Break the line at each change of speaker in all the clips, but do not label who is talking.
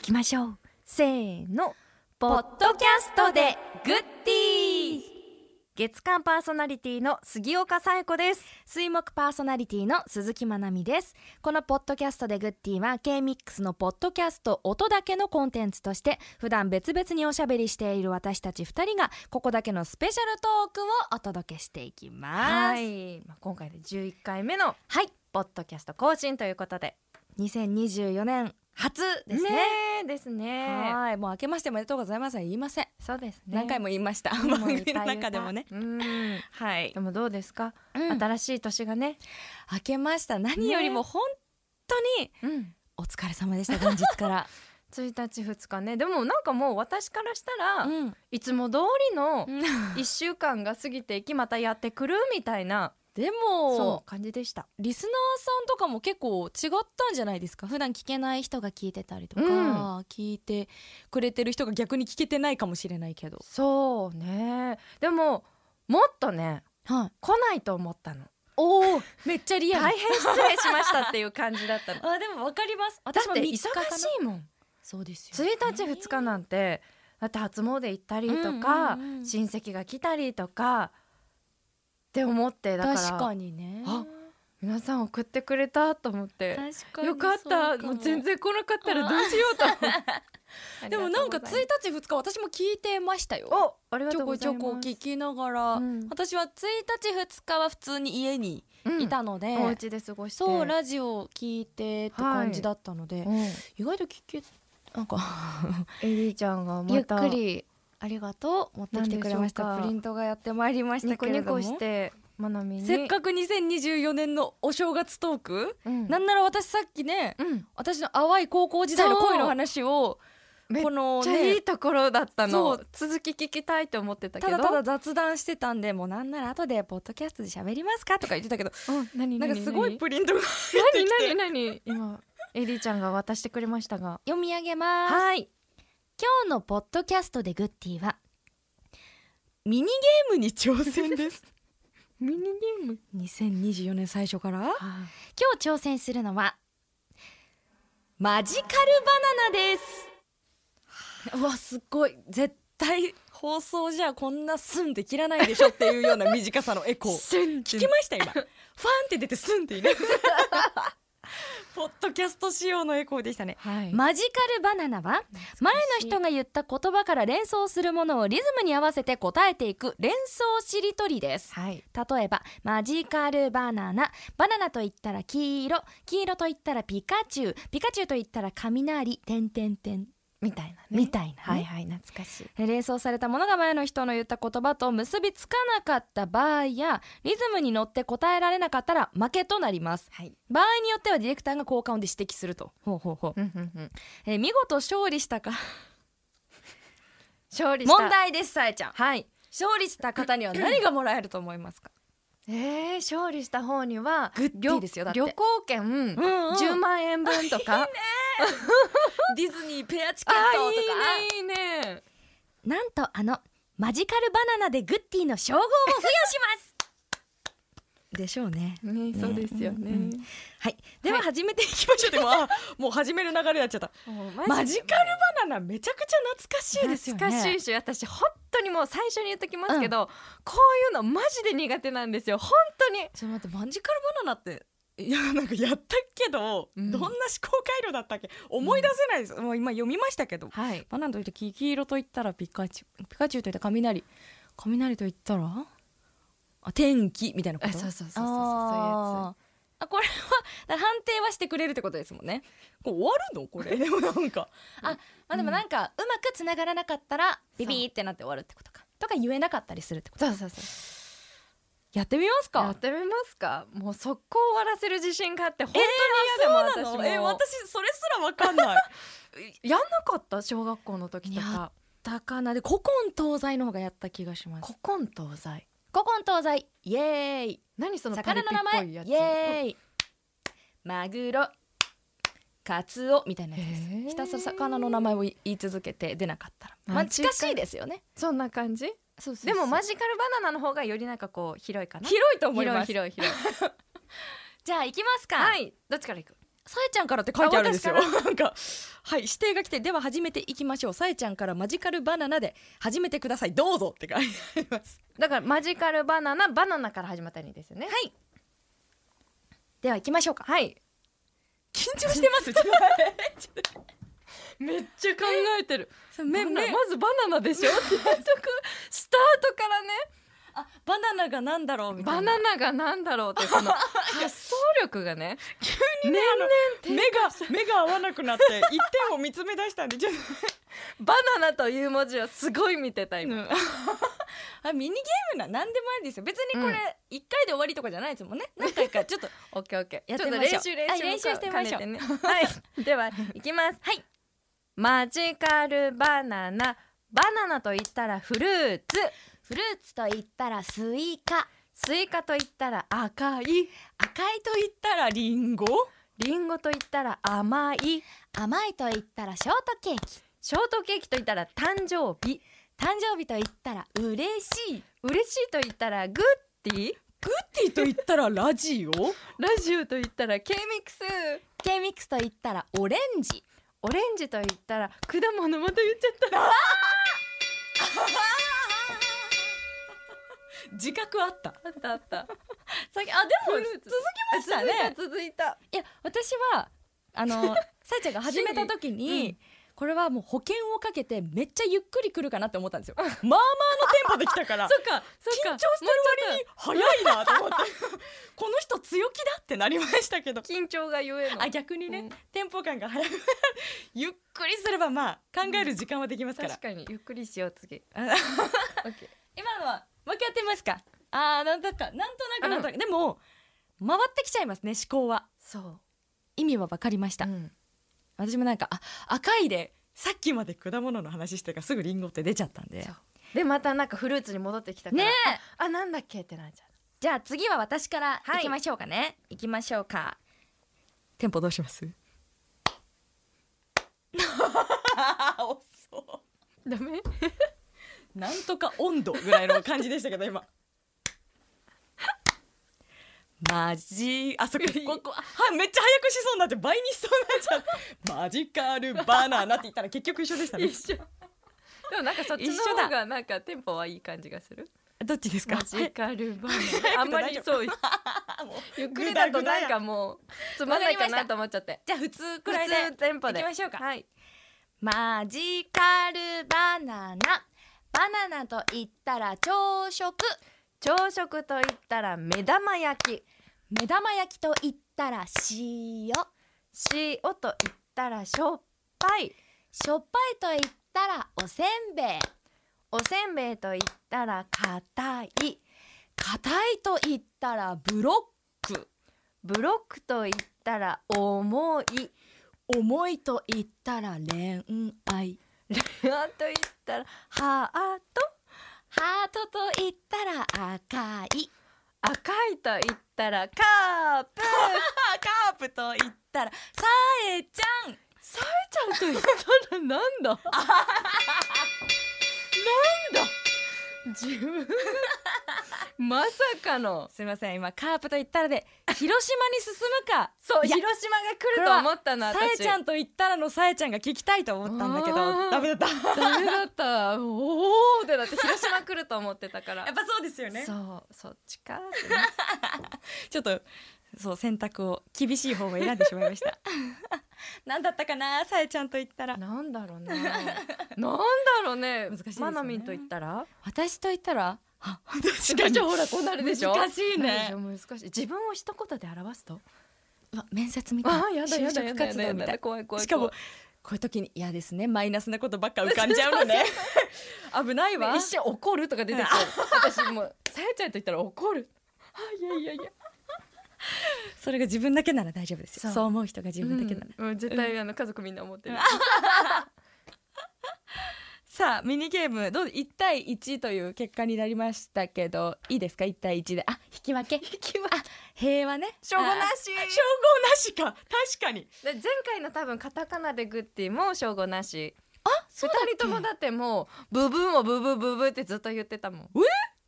きましょうせーの
ポッドキャストでグッディー
月間パーソナリティの杉岡紗友子です
水木パーソナリティの鈴木まなみですこのポッドキャストでグッディは K-MIX のポッドキャスト音だけのコンテンツとして普段別々におしゃべりしている私たち2人がここだけのスペシャルトークをお届けしていきます
は
はい、
い、まあ、今回で11回目のポッドキャスト更新ということで
2024年初ですね
えですね
はいもう明けましておめでとうございますは言いません、
そうですね
何 回
も
も言いました
いっ
番
ぱい
組の中 でもね
言ったうん
はい
でもどうですか、
うん
新しい年がね
明けました何よりも本当に
うん
お疲れ様でした元日から、
1日2日ねでもなんかもう私からした ら、
うん、
いつも通りの1週間が過ぎていきまたやってくるみたいな
で
そ
も
う感じでした
リスナーさんとかも結構違ったんじゃないですか普段聞けない人が聞いてたりとか、
うん
聞いてくれてる人が逆に聞けてないかもしれないけど、
そうねでももっとね
はい、
来ないと思ったの
おおめっちゃリア
大
ル
変失礼しましたっていう感じだったのだ
あでもわかります
って
私も
忙
3
し
日かない
もん
そうです
1
よね
日2日なんてだって初詣行ったりとか、
うんうんうん
親戚が来たりとかって思ってだから
確かにね
あ皆さん送ってくれたと思って
確かに
よかったもう全然来なかったらどうしようと思って
でもなんか1
つい
日2日私も聞いてましたよ
おありが
ち
と
ょ
うご
こ
ざ
ち
い
ょ
ます
こ聞きながら、
うん
私は1日2日は普通に家に
うん
いたので、
お家で過ごして
そうラジオを聞いてって感じだったので、
うんエ
意外と聞けなんか
リーちゃんが
ゆ
ま
ったくりありがとう持ってきてくれました
なんでしょうか
プリントがやってまいりまし
ニ
た
コ
けれ
ニ
ども
コしてまなみに
せっかく2024年のお正月トーク、
うん
なんなら私さっきね
うん
私の淡い高校時代の恋の話を
めっ
この
ちゃいいところだった
そ
の
う
続き聞きたいと思ってたけ
た
ど
だただ雑談してたんでもうなんなら後でポッドキャストで喋りますかとか言ってたけど
うん何
なんかすごい
何
プリントが
何
てきて
何何今エリーちゃんが渡してくれましたが
読み上げます
はい
今日のポッドキャストでグッティはミニゲームに挑戦です
ミニゲーム
2024年最初から
あ
今日挑戦するのはマジカルバナナですうわすっごい絶対放送じゃこんなすんで切らないでしょっていうような短さのエコー 聞きました今ファンって出てすんっている ポッドキャスト仕様のエコーでしたね
はい
マジカルバナナは前の人が言った言葉から連想するものをリズムに合わせて答えていく連想しりとりです
はい
例えばマジカルバナナバナナと言ったら黄色黄色と言ったらピカチュウピカチュウと言ったら雷点点点
みたいなね
みたいな
はい
ね、
はい懐かしい
連想されたものが前の人の言った言葉と結びつかなかった場合やリズムに乗って答えられなかったら負けとなります
はい
場合によってはディレクターが効果音で指摘するとほうほうほう
うんうんうん
えー見事勝利したか
勝利した
問題ですさえちゃん
はい
勝利した方には何がもらえると思いますか
えー、勝利した方には
グッディ
旅
ですよだって
旅行券、
んうん
10万円分とか
ディズニーペアチ
あーいいねいいね
なんとあのマジカルバナナでグッティの称号を付与します でしょうね
ねそうですよね、
うんはいでは始めていきましょう、でもあーもう始める流れになっちゃった
もう
マジカルバナナめちゃくちゃ懐かしいですよね
懐かしいし私本当にもう最初に言っときますけど、こういうのマジで苦手なんですよ本当に
ちょっと待ってマジカルバナナっていやなんかやったけど、
うん
どんな思考回路だったっけ思い出せないです、もう今読みましたけど
はい
バナナといって黄色といったらピカチュウピカチュウといったら雷雷といったらあ天気みたいなこと
あそうそうそうそうそう
あーあこれはだから判定はしてくれるってことですもんねこれ終わるのこれでもなんか あ、まあ、でもなんかうまくつながらなかったらビビーってなって終わるってことかとか言えなかったりするってこと
そうそうそう
やってみます
や
か
ってみますかもう速攻終わらせる自信があって本
え
当に嫌でも、私も、
え私それすらわかんない
やんなかった小学校の時と
や
か
だかなで古今東西の方がやった気がします
古今東西
古今東西イエーイ
何そのパリ
魚
ピ
の名
っ
前
ぽいやつ
イエーイマグロカツオみたいなやつです、
へー
ひたすら魚の名前を言い続けて出なかったら、まあ、
マジ
近
か
しいですよね
そんな感じ
そうそう
でもマ
ジ
ジカルバナナの方がよりなんかこう広いかな
広いと思います
広い広い広い
じゃあ行きますか、
はいどっちから行く
さえちゃんからって書いてあるんですよ
あ
なんかはい指定が来てでは始めていきましょうさえちゃんからマジカルバナナで始めてくださいどうぞって書いてあります
だからマジカルバナナバナナから始まったらいいですよね
はいでは行きましょうか
はい
緊張してますちょっと
めっちゃ考えて る
そう目
バナ
目
まずバナナでしょっていうとこスタートからね
あバナナがなんだろうみたい
バ
な
ナナがなんだろうってそ の発想力がね急にね
目が目が合わなくなって一点を見つめ出したんでちょっと
バナナという文字はすごい見てた今、
うんあミニゲームな何でもありですよ別にこれ
うん
一回で終わりとかじゃないですもんね何回かちょっと
オッケーオッケー
や
や
っ
ってて
み
み
ま
ま
し
し
ょ
ょ
う
う
はい練習してみましょう
ね、はいでは行きます
はい
マジカルバナナバナナと言ったらフルーツ
フルーツと言ったらスイカ
スイカと言ったら赤い
赤いと言ったらリンゴ
リンゴと言ったら甘い
甘いと言ったらショートケーキ
ショートケーキと言ったら誕生日
誕生日と言ったら嬉しい
嬉しいと言ったらグッディ
グッディと言ったらラジオ
ラジオと言ったら K ミックス
K ミックスと言ったらオレンジ
オレンジと言ったら果物また言っちゃ った
自覚あった
あったあった
さっきあでも
フルー
続
ツ
きましたね
続いた
いや私はあ のさえちゃんが始めた時
心
に、
理うん
これはもう保険をかけてめっちゃゆっくり来るかなって思ったんですよまあまあのテンポで来た から
そっかそっか
緊張してる割に早いなと思って この人強気だってなりましたけど
緊張がゆえの
あ逆にね、
うん
テンポ感が早く ゆっくりすればまあ考える時間はできますから
確、かにゆっくりしよう 次オッケー
今のはもう一回やってみますかあーなんだかなんとなくなんとなく、でも回ってきちゃいますね思考は
そう
意味は分かりました、
うん
私もなんかあ赤いでさっきまで果物の話してからすぐリンゴって出ちゃったんで
そうでまたなんかフルーツに戻ってきたから
ね
ああなんだっけってなっちゃう
じゃあ次は私から
はい
行きましょうかね、行きましょうかテンポどうします 遅
ダメ
なんとか温度ぐらいの感じでしたけど今マジあ そこここはめっちゃ早くしそうになって倍にしそうになっちゃうマジカルバナナって言ったら結 局一緒でしたね
一緒でもなんかそっちの
一緒だ
方がなんかテンポはいい感じがする
どっちです
マ
か
ジカルバナナあ
早
んま
くて大丈
り
夫
そうゆっくりだとなんかもうつまんないか
わかりまし
な
た
と思っちゃ って
じゃあ普通
普通テンポで
行きましょうか
はい
マジカルバナナバナナと言ったら朝食
朝食といったら目玉焼き
目玉焼きと言ったら塩し
塩といったらしょっぱい
ょっぱいと言ったらおせんべい
おせんべいといったら硬い
硬いと言ったらブロック
ブロックといったら重い
重いと言ったら恋愛
レアといったらハート
ハートと言ったら赤い
赤いといったらカープ
カープと言ったらさえちゃん
さえちゃんといったら なんだなんだ自分まさかの
すいません今カープと言ったらで広島に進むか
そう
いや
広島が来ると思ったの
さ
私
えちゃんと言ったらのさえちゃんが聞きたいと思ったんだけど
あー
ダメだった やっ
ダメだったおおってだって広島来ると思ってたから
ぱそうですよね
そうそっちか
ちょっとそう選択を厳しい方を選んでしまいました 何だったかなさえちゃんと言ったら
なんだろうななんだろうね
難しいですよね
マナミンと言ったら
私と言ったらあ確
でしょほ らこうなるでしょ
難しいね
なるでしょ難しい自分を一言で表すと
うわ面接みたい
あーやだや
就
だや
職
だや
活
だや
動み
だ
たい
怖い怖い
しかも
怖
こういう時に嫌ですねマイナスなことばっか浮かんじゃうのね 危ない
い
わ
一瞬怒るとか出てきて私もうさやちゃんと言ったら怒るあいやいやいや
それが自分だけなら大丈夫ですよ
そ
そうう思う人が自分だけなら、
うんうん絶対あの家族みんな思ってる
さあミニゲームどう1対1という結果になりましたけどいいですか1対1であ引き分け引き分けあ平和ね
しょうがな
あ
し
ー称号なしか確かに
で前回の多分カタカナでグッティも正午なし
あ
二人ともだってもうブブーもブブーブブーってずっと言ってたもん
え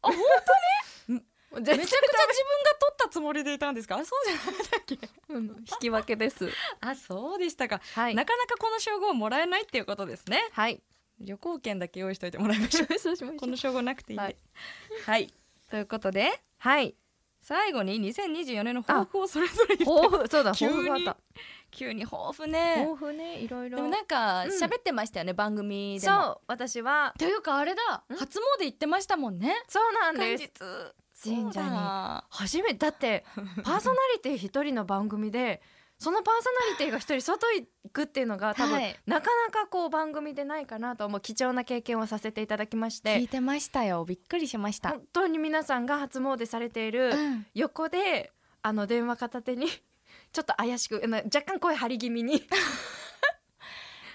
あ本当にめちゃ
めちゃくちゃ自分が取ったつつもりでいたんですかあそうじゃないんだっけ
うん引き分けです。
あそうでしたか、
はい
な。かなかこの称号もらえないっていうことですね
はい。
旅行券だけ用意しておいてもらいま しょうこの称号なくていいんで
はい
はい、ということで
はい。
最後に2024年の抱負をそれぞれ言って
豊富そうだ。
急に
豊富があった。
急に抱負ね
豊富ねいろいろ
でも。なんか
うん
喋ってましたよね、番組でも
そう私は
というかあれだ
ん
初詣行ってましたもんね
そうなんです。神社
近日
に
そうだ
初めてだってパーソナリティ一人の番組でそのパーソナリティが一人外行くっていうのが多分、
はい
なかなかこう番組でないかなと思う貴重な経験をさせていただきまし
聞
て
いてましたよびっくりしました、
本当に皆さんが初詣されている
うん
横であの電話片手に ちょっと怪しくあの若干声張り気味に「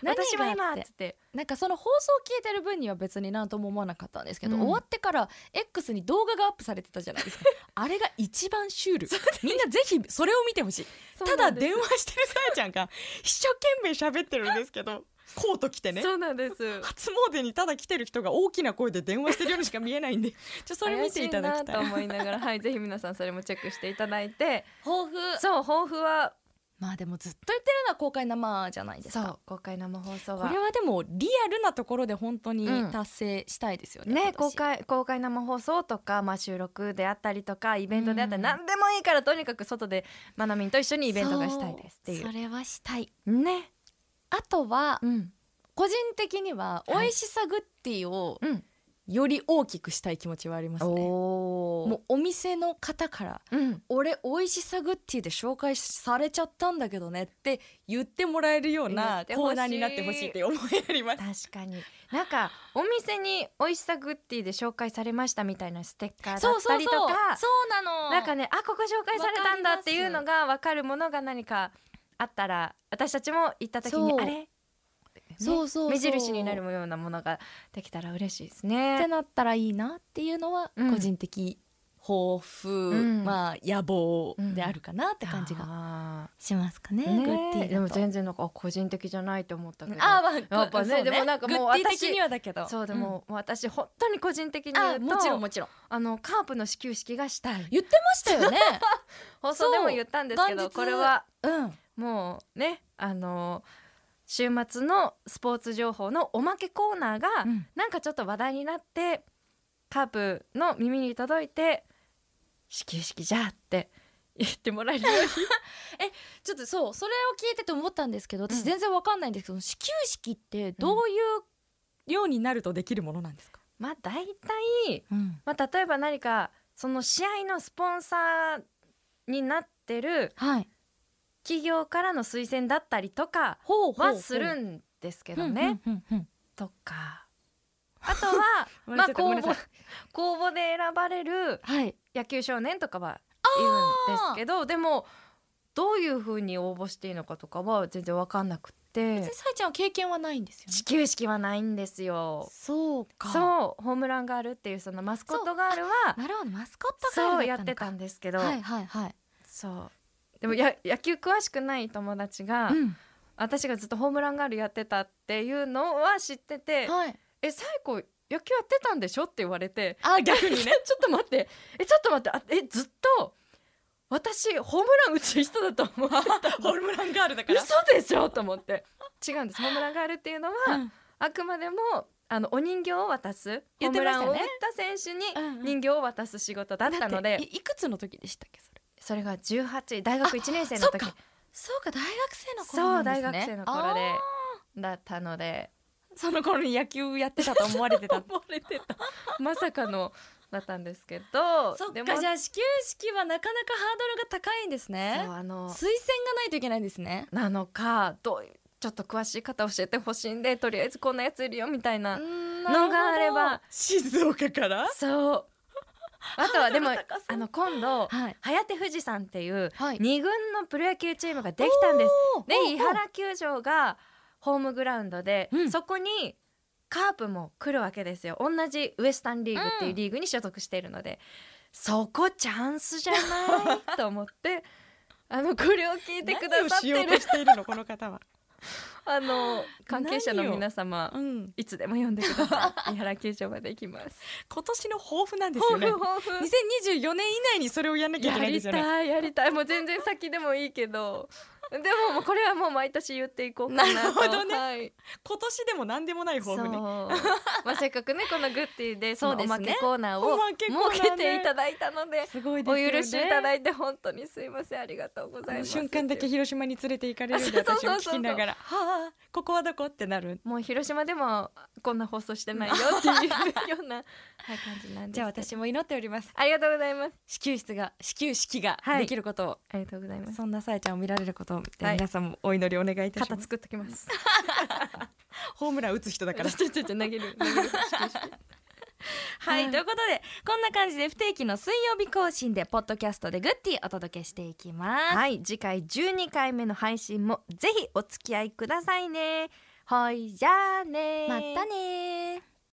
何が
私は今」っ
あって
つって
なんかその放送を聞いてる分には別になんとも思わなかったんですけど、
うん
終わってから X に動画がアップされてたじゃないですか あれが一番シュールみんなぜひそれを見てほしいただ電話してるさやちゃんが 一生懸命喋ってるんですけどコート着てね
そうなんですそうなんです
初詣にただ来てる人が大きな声で電話してるようにしか見えないんでちょそれ見ていただ
怪
きた
し
い
なと思いながらはいぜひ皆さんそれもチェックしていただいて
抱負
そう抱負は
まあでもずっと言ってるのは公開生じゃないです
そ
か
う公開生放送
こ
は
れはでもリアルなところで本当に
うん
達成したいですよ
ね、
ね,今年、
公開公開生放送とか、まあ、収録であったりとかイベントであったり、
うん
何でもいいからとにかく外でまなみんと一緒にイベントがしたいですってい
そうれはしたい
ね、
あとは
うん
個人的には美
はい
味しさグッティを
うん、
より大きくしたい気持ちはありますね、
お
もうお店の方から
う、うん、
「俺美味しさグッティで紹介されちゃったんだけどね」って言ってもらえるよう
言
な
ってほしい
コーナーになってほしいって思いあります
確かになんかお店に「美味しさグッティ」で紹介されましたみたいなステッカーだ
そう
っ
そ
た
うそう
りとか
そうなの
なんかねあここ紹介されたんだっていうのが分かるものが何かあったら私たちも行った時に
そう
あれ
そうそうそう
目印になるようなものができたら嬉しいですね。
ってなったらいいなっていうのは
うん
個人的抱負、
ん
まあ野望であるかなって感じが
が
しますかね。
ね
グッ
え
ティ
でも
だと
全然なんかあ個人的じゃないと思ったけど
あまあ
やっぱね
そう
でもなんかもう
グッティ
私
的にはだけど
そうでも、もう私本当に個人的に
うん
言
あ
うと
もちろんもちろん
あのカープの始球式がしたい
言ってました よね
放送でも言ったんですけ
そう
ど
元日
これは
うん
もうねあの週末のスポーツ情報のおまけコーナーが、
うん
なんかちょっと話題になってカープの耳に届いて始球式じゃあって言ってもらえるよ うに
ちょっとそうそれを聞いてて思ったんですけど
う
私
ん
全然わかんないんですけど、始球式ってどういうようになるとできるものなんですか、
まあ大体まあ、例えば何かその試合のスポンサーになってる
はい
企業からの推薦だったりとか
ほうほうほう
はするんですけどね、
うんうんうんうん
とかあと はまあ
ちょっとご
公
めんなさい
募公募で選ばれる
はい
野球少年とかはいるんですけどでもどういうふうに応募していいのかとかは全然分かんなくて
でさえちゃんは経験はないんですよね
始球式はないんですよ。
そうか
そうホームランガールっていうそのマスコットガールは
なるほどマスコット
そ
ガー
う
ルだ
や
った
っ
の
て
か
たんですけど、
はいはいはい、
そうでもや野球詳しくない友達が、
うん
私がずっとホームランガールやってたっていうのは知ってて
はい、
「え最後野球やってたんでしょ?」って言われて
あ逆
「
に
え ちょっと待ってえちょっと待ってあえずっと私ホームラン打つ人だと思ってた
ホームランガールだから
嘘でしょ?」と思って違うんですホームランガールっていうのは、
うん
あくまでもあのお人形を渡す、ホ
言
ー
って
ム
まし
ラ
たね
ンを打った選手に
うんうん
人形を渡す仕事だったの
だっ
で
ていいくつの時でしたっけそれ
それが18大学1年生の
そっ
時
かそうか大学生の頃
そう
なん
大
です
学
ね
生の頃で
あ
だったので
ーその頃に野球やってたと思われてた
思われてたまさかのだったんですけど
そっ
で
か
も
じゃあ始球式はなかなかハードルが高いんですね
そうあ
推
の
薦がないといけないんですね
なのかどういうちょっと詳しい方教えてほしいんでとりあえずこんなやついるよみたいな
の
のがあれば
静岡から
そうあとはでも
ハードル高そう
あの今度
はい
早手富士山っていう
はい
二軍のプロ野球チームができたんです
おーおー
で伊原球場がホームグラウンドで、
うん
そこにカープも来るわけですよ同じウエスタンリーグっていうリーグに所属しているので、そこチャンスじゃないと思ってあのこれを聞いてくださってる
しているのこの方は
あの関係者の皆様
うん、
いつでも読んでください。三原球場まで行きます。
今年の抱負なん ですよ
抱負
ね
抱負。
2024年以内にそれをやんなきゃい
や
けないで
り
すよね
たいやりたいもう全然先でもいいけどでももうこれはもう毎年言っていこうかなと
なるほどね
はい、
今年でも何でもない
そう
抱負に
まあせっかくねこのグッディでその
そう
お
です
ま
ね
けコーナーを
おまけコーナーね
設けていただいたのです
ごい
お許しいた
い
だいて本当にすいませんありがとうございます
瞬間だけ広島に連れて行かれ るんで
そう
私
そうそ
も
うそう
聞きながら「はあここはどこ?」ってなる
もう広島でもこんな放送してないよっていうよう な、はい、感じなんです
じゃあ私も祈っております
ありがとうございます
始球室が始球式が
はい
できることを、
ありがとうございます
そんなさえちゃんを見られることを、
はい
皆さんもお祈りお願いいたし
肩
ます
作っときます
ホームラン打つ人だか ら
ちょちょちょ投げる投げる
は
はい
いということでこんな感じで不定期の水曜日更新でポッドキャストでグッティお届けしていきます、
はい次回12回目の配信もぜひお付き合いくださいねはいじゃあね
またねー